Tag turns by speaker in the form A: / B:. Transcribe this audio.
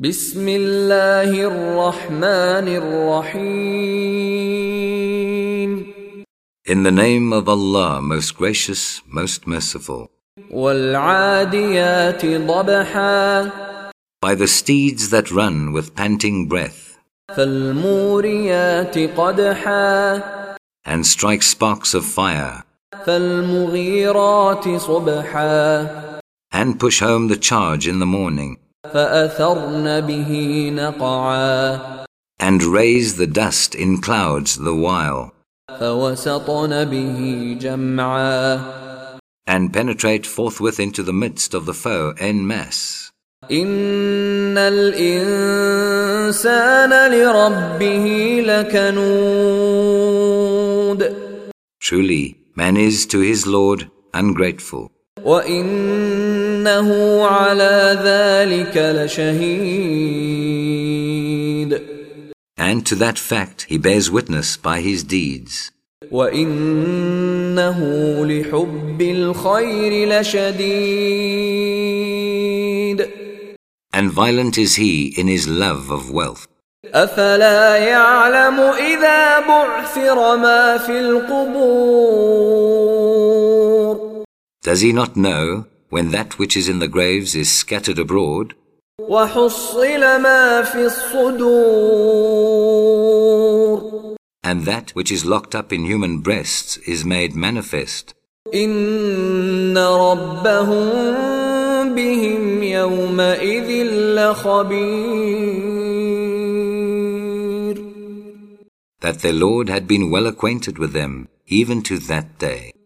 A: بسم الله الرحمن الرحيم
B: In the name of Allah, most gracious, most merciful.
A: والعاديات ضبحا
B: By the steeds that run with panting breath,
A: فالموريات قدحا
B: and strike sparks of fire,
A: فالمغيرات صبحا
B: and push home the charge in the morning,
A: فأثرن به نقعا
B: and raise the dust in clouds the while,
A: فوسطن به جمعا
B: and penetrate forthwith into the midst of the foe en masse.
A: إن الإنسان لربه لكنود
B: Truly, man is to his Lord ungrateful,
A: وإنه على ذلك لشهيد
B: and to that fact he bears witness by his deeds,
A: وإنه لحب الخير لشديد
B: and violent is he in his love of wealth.
A: أفلا يعلم إذا بعثر ما في القبور
B: Does he not know when that which is in the graves is scattered abroad,
A: وحصل ما في الصدور
B: and that which is locked up in human breasts is made manifest?
A: إن ربهم بهم يومئذ لخبير
B: That their Lord had been well acquainted with them, even to that day.